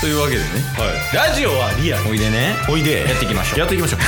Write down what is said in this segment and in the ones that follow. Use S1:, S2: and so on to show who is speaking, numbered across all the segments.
S1: というわけでね
S2: ラジオはリアル
S1: おいでね
S2: おいで
S1: やっていきましょう
S2: やっていきましょう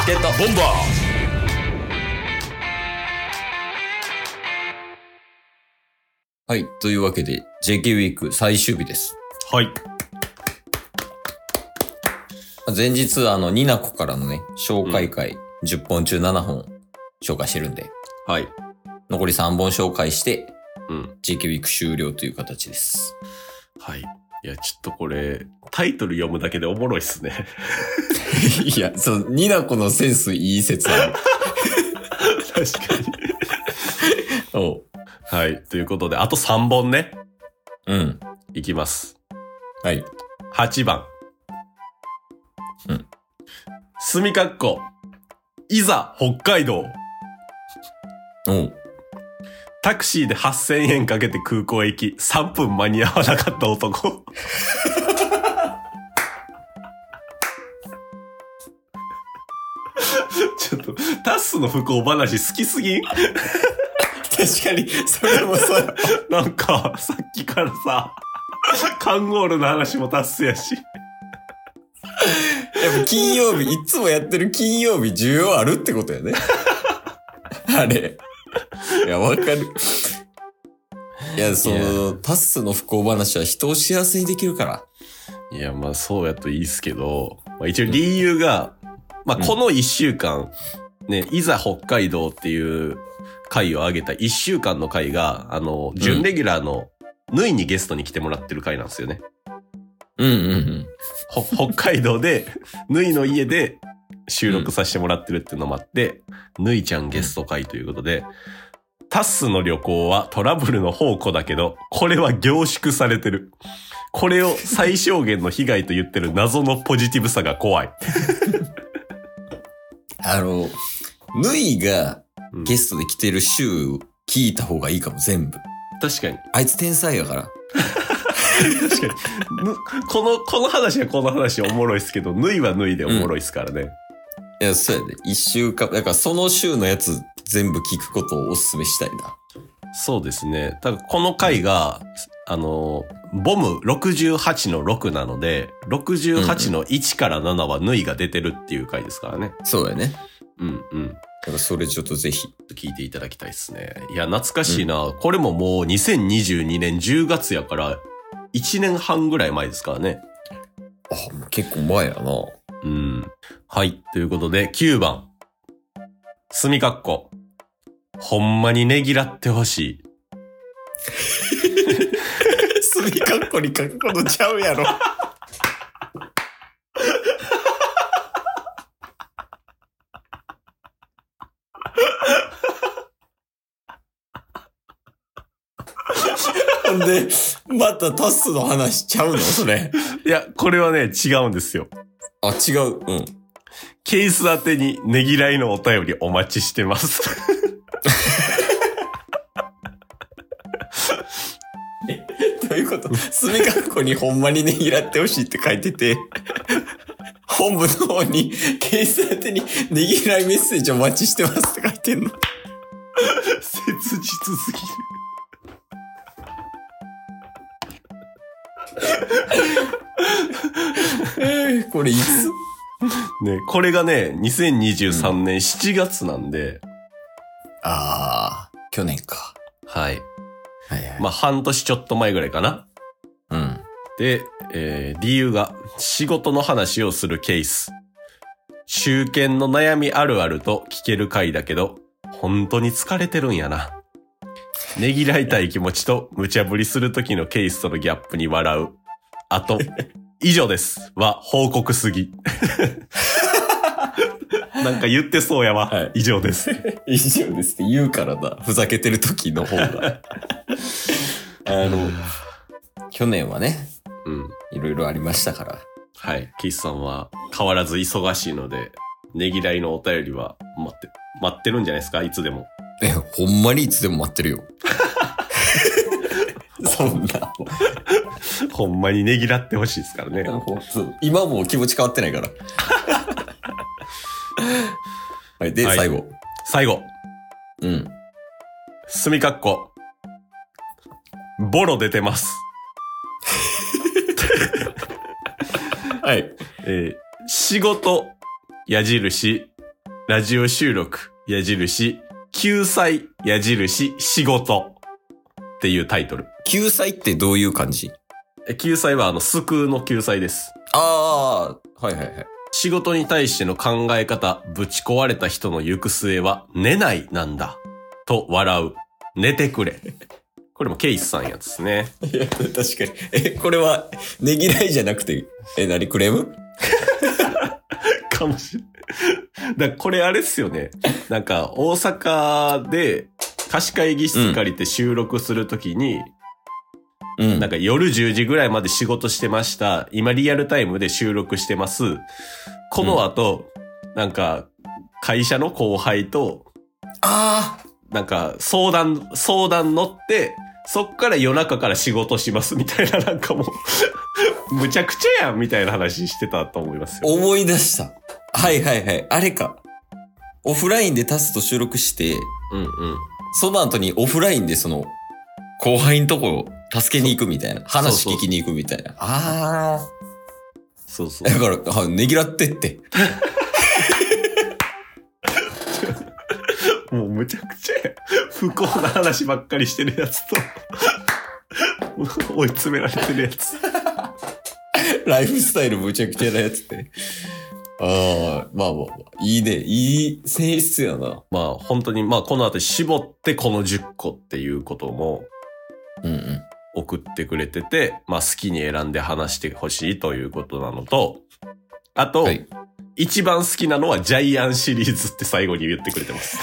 S1: チケットボンバーはい。というわけで、JK ウィーク最終日です。
S2: はい
S1: 前日、あの、ニナコからのね、紹介会、10本中7本紹介してるんで、
S2: はい
S1: 残り3本紹介して、
S2: うん、
S1: JK ウィーク終了という形です。
S2: はいいやちょっとこれタイトル読むだけでおもろいっすね
S1: いや、その、ニナコのセンスいい説ある。
S2: 確かに
S1: おう。
S2: はいということであと3本ね
S1: うん。
S2: いきます
S1: はい。
S2: 8番
S1: うん
S2: 墨かっこいざ北海道
S1: おう。
S2: タクシーで8000円かけて空港へ行き3分間に合わなかった男 ちょっとタッスの不幸話好きすぎん
S1: 確かに、それもそうや。
S2: なんかさっきからさカンゴールの話もタッスやし
S1: やっぱ金曜日、いつもやってる金曜日需要あるってことや ね。あれ。いや、わかる。いや、その、タスの不幸話は人を幸せにできるから。
S2: いやまあそうやといいっすけど、まあ、一応理由が、まあこの1週間、ね、いざ北海道っていう回を上げた1週間の回が、あの、準レギュラーのぬいにゲストに来てもらってる回なんですよね。
S1: うんうんうん。
S2: ほ 北海道で、ぬいの家で収録させてもらってるっていうのもあって、ぬいちゃんゲスト会ということで、タッスの旅行はトラブルの宝庫だけど、これは凝縮されてる。これを最小限の被害と言ってる謎のポジティブさが怖い。
S1: あの、ぬいが
S2: うん
S1: ゲストで来てる週聞いた方がいいかも、全部。
S2: 確かに。
S1: あいつ天才やから。
S2: 確かに。ぬこの、この話はこの話はおもろいっすけど、ぬいはぬいでおもろいっすからね。
S1: いや、そうやで。一週間、だからその週のやつ全部聞くことをお勧めしたいな。
S2: そうですね。ただこの回が、あの、ボム68の6なので、68の1から7は縫いが出てるっていう回ですからね。
S1: そうやね。
S2: うんうん。
S1: だからそれちょっとぜひ。
S2: 聞いていただきたいですね。いや、懐かしいな。これももう2022年10月やから、1年半ぐらい前ですからね。
S1: あ、もう結構前やな。
S2: うん。はい。ということで、9番。墨かっこ。ほんまにねぎらってほしい。
S1: 墨かっこに書くことちゃうやろ。ほんで、またタスの話ちゃうのそれ。
S2: いや、これはね、違うんですよ。
S1: あ、違う。うん。
S2: ケース宛てにねぎらいのお便りお待ちしてます。
S1: どういうこと墨かっこにほんまにねぎらってほしいって書いてて、本部の方に、警察宛てにねぎらいメッセージお待ちしてますって書いてんの。
S2: 切実すぎる。
S1: えー、これいつ
S2: ね、これがね、2023年7月なんで、
S1: あー、去年か。
S2: はい。
S1: はいはい。
S2: まあ、半年ちょっと前ぐらいかな。
S1: うん。
S2: で、えー理由が、仕事の話をするケース。中堅の悩みあるあると聞ける回だけど、本当に疲れてるんやな。ねぎらいたい気持ちと無茶ぶりする時のケースとのギャップに笑う。あと、 以上です。は、報告すぎ。なんか言ってそうやわ。
S1: はい
S2: 以上です。
S1: 以上ですって言うからな。ふざけてる時の方が。 あの、去年はね、
S2: うん。
S1: いろいろありましたから。
S2: はい。ケイスさんは変わらず忙しいので、ねぎらいのお便りは待って、待ってるんじゃないですかいつでも。
S1: え、ほんまにいつでも待ってる よ。そんな。
S2: ほんまにねぎらってほしいですからね。
S1: 今もう気持ち変わってない から。はい、で、
S2: はい
S1: 最後。
S2: 最後、
S1: うん。
S2: すみかっこ。ボロ出てます。
S1: はい。
S2: えー仕事、矢印、ラジオ収録、矢印、救済、矢印、仕事っていうタイトル。
S1: 救済ってどういう感じ
S2: え救済はあの、救うの救済です。
S1: ああ、はいはいはい。
S2: 仕事に対しての考え方、ぶち壊れた人の行く末は、寝ないなんだ。と笑う。寝てくれ。これもケイスさんやつですね。
S1: いや、確かに。え、これは、ねぎらいじゃなくて、え、何クレーム
S2: かもしれない。 だからこれあれっすよね。なんか、大阪で貸し会議室借りて収録するときに、
S1: うん
S2: なんか夜10時ぐらいまで仕事してました。今リアルタイムで収録してます。この後、なんか、会社の後輩と、
S1: あ
S2: なんか、相談、相談乗って、そっから夜中から仕事しますみたいな、なんかもう、 むちゃくちゃやんみたいな話してたと思います
S1: あ、
S2: よ。
S1: 思い出した。はいはいはい。あれか。オフラインでタスと収録して、
S2: うんうん。
S1: その後にオフラインでその、後輩のとこを助けに行くみたいな。話聞きに行くみたいな。あ
S2: そうそう
S1: あ。。だから、はねぎらってって。
S2: もうむちゃくちゃや不幸な話ばっかりしてるやつと 追い詰められてるやつ
S1: ライフスタイルむちゃくちゃなやつって。ああ、まあまあまあ。いいね。いい性質やな。
S2: まあ本当にまあこの後絞ってこの10個っていうことも
S1: うんうん。
S2: 送ってくれてて、まあ好きに選んで話してほしいということなのと、あと、
S1: はい
S2: 一番好きなのはジャイアンシリーズって最後に言ってくれてます。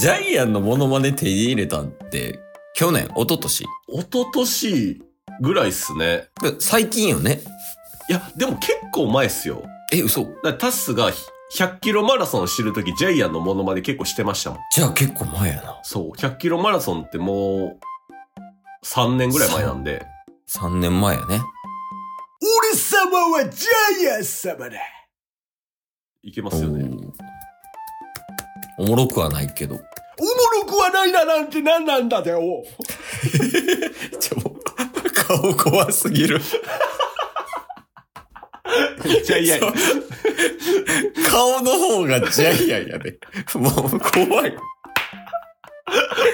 S1: ジャイアンのモノマネ手に入れたんって、去年、一昨年
S2: 一昨年ぐらいっすね。
S1: で最近よね。
S2: いや、でも結構前っすよ。
S1: え、嘘
S2: だからタスが100キロマラソンを知るとき、ジャイアンのモノマネ結構してましたもん。
S1: じゃあ結構前やな。
S2: そう、100キロマラソンってもう、3年ぐらい前なんで。
S1: 3年前やね。
S2: 俺様はジャイアン様だいけますよね。
S1: おもろくはないけど。
S2: おもろくはないだなんて何なんだよ
S1: ちょ、もう、顔怖すぎる。
S2: ジャイアン
S1: そ、う顔の方がジャイアンやで。もう、怖い。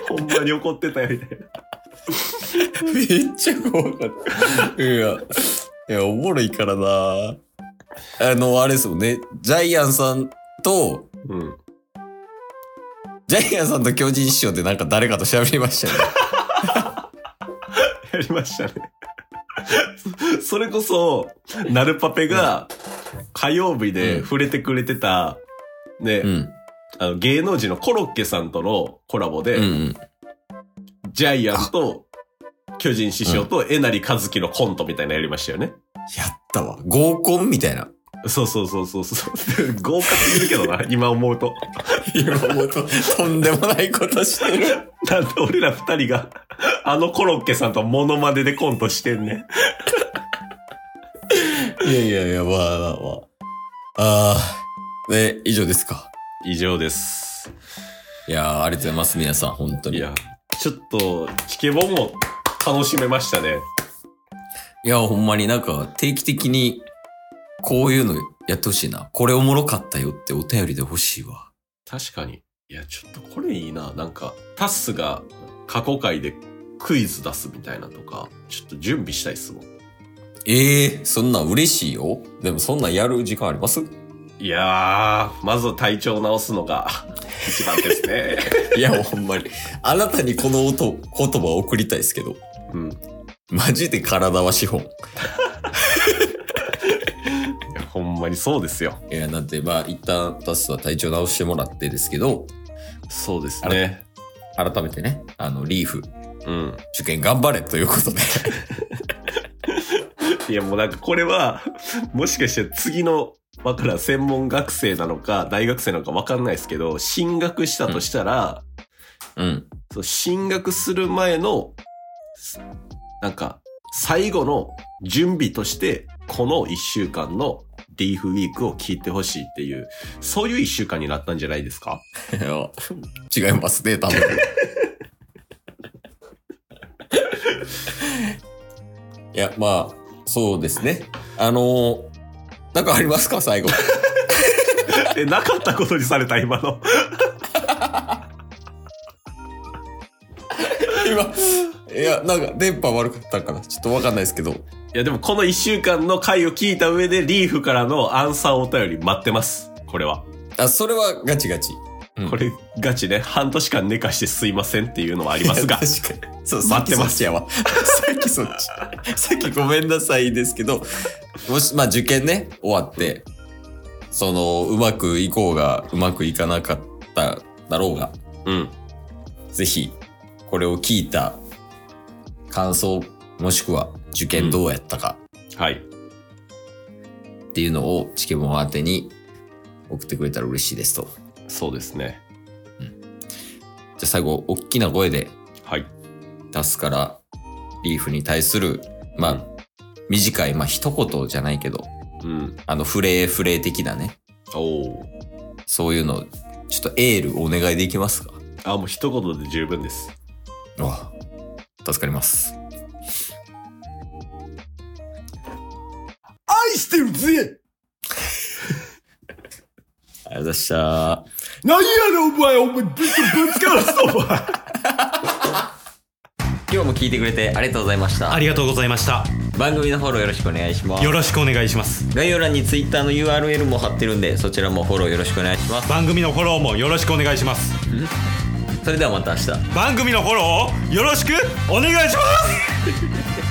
S2: ほんまに怒ってたよみたいな。
S1: めっちゃ怖かった。いや、いや、おもろいからな。あの、あれですもんね。ジャイアンさんと、
S2: うん。
S1: ジャイアンさんと巨人師匠でなんか誰かと喋りましたよね。
S2: やりましたね。そ それこそ、ナルパペが火曜日で触れてくれてた、ね、
S1: うん。
S2: あの芸能人のコロッケさんとのコラボで、
S1: うんうん。
S2: ジャイアンと、巨人師匠とえなりかずきのコントみたいなのやりましたよね。
S1: やったわ。合コンみたいな。
S2: そうそうそうそうそう。豪華すぎるけど な、今思うと。
S1: 今もうと、とんでもないことしてる。
S2: なんで俺ら二人が、あのコロッケさんとモノマネでコントしてんねん。
S1: いやいやいや、まあまあまあ。ああ、ね、以上ですか。
S2: 以上です。
S1: いやーありがとうございます、皆さん、本当
S2: い
S1: に。いや、
S2: や、ちょっと、チケボンも楽しめましたね。
S1: ほんまになんか、定期的に、こういうのやってほしいな。これおもろかったよってお便りで欲しいわ。
S2: 確かに。いや、ちょっとこれいいな。なんか、タスが過去回でクイズ出すみたいなとか、ちょっと準備したいっすもん。
S1: ええそんなん嬉しいよ。でもそんなんやる時間あります
S2: いやー、まず体調を直すの が一番ですね。
S1: いや、ほんまに。あなたにこの音、言葉を送りたいですけど。
S2: うん。い
S1: マジで体は資本。
S2: やほんまにそうですよ。
S1: いや、なんて、まあ、一旦、タスは体調直してもらってですけど、
S2: そうですね。
S1: 改めてね、あの、リーフ、
S2: うん。
S1: 受験頑張れということで。
S2: いや、もうなんかこれは、もしかして次の、わからん専門学生なのか、大学生なのかわかんないですけど、進学したとしたら、
S1: うん。
S2: そう進学する前の、すなんか、最後の準備として、この一週間のリーフウィークを聞いてほしいっていう、そういう一週間になったんじゃないですか
S1: 違いますね、多分。いや、まあ、そうですね。あのー、なんかありますか最後。
S2: え、なかったことにされた、今の。
S1: 今、いや、なんか電波悪かったかなちょっとわかんないですけど。
S2: いや、でもこの一週間の回を聞いた上で、リーフからのアンサーお便り待ってます。これは。
S1: あ、それはガチガチ。うん
S2: これ、ガチね。半年間寝かしてすいませんっていうのはありますが。
S1: いや確かに。そう、さっ
S2: 待
S1: き
S2: って
S1: そ
S2: ま
S1: っちやわ。さっきそっち。 さっきごめんなさいですけど、もし、まあ受験ね、終わって、その、うまくいこうが、うまくいかなかっただろうが、
S2: うん。
S1: ぜひ、これを聞いた感想、もしくは受験どうやったか
S2: はい。
S1: っていうのをチケボン宛てに送ってくれたら嬉しいですと。じ
S2: そうですね。
S1: ゃあ最後、大きな声で
S2: はい。
S1: 出すから、リーフに対する、まあ、
S2: うん
S1: 短い、まあ一言じゃないけど、
S2: うん。
S1: あの、フレーフレー的なね、
S2: おお。
S1: そういうの、ちょっとエールお願いできますか
S2: あ、もう一言で十分です。
S1: わあ助かります。
S2: 愛してるぜ
S1: ありがとうございました。
S2: 何やろ、お前お前、ぶつかるぞ、お前
S1: 今日も聞いてくれてありがとうございました
S3: あ。りがとうございました。
S1: 番組のフォローよろしくお願いします
S3: よ。ろしくお願いします。
S1: 概要欄に Twitter の URL も貼ってるんで、そちらもフォローよろしくお願いします。
S3: 番組のフォローもよろしくお願いします。
S1: それではまた明日。
S3: 番組のフォローをよろしくお願いします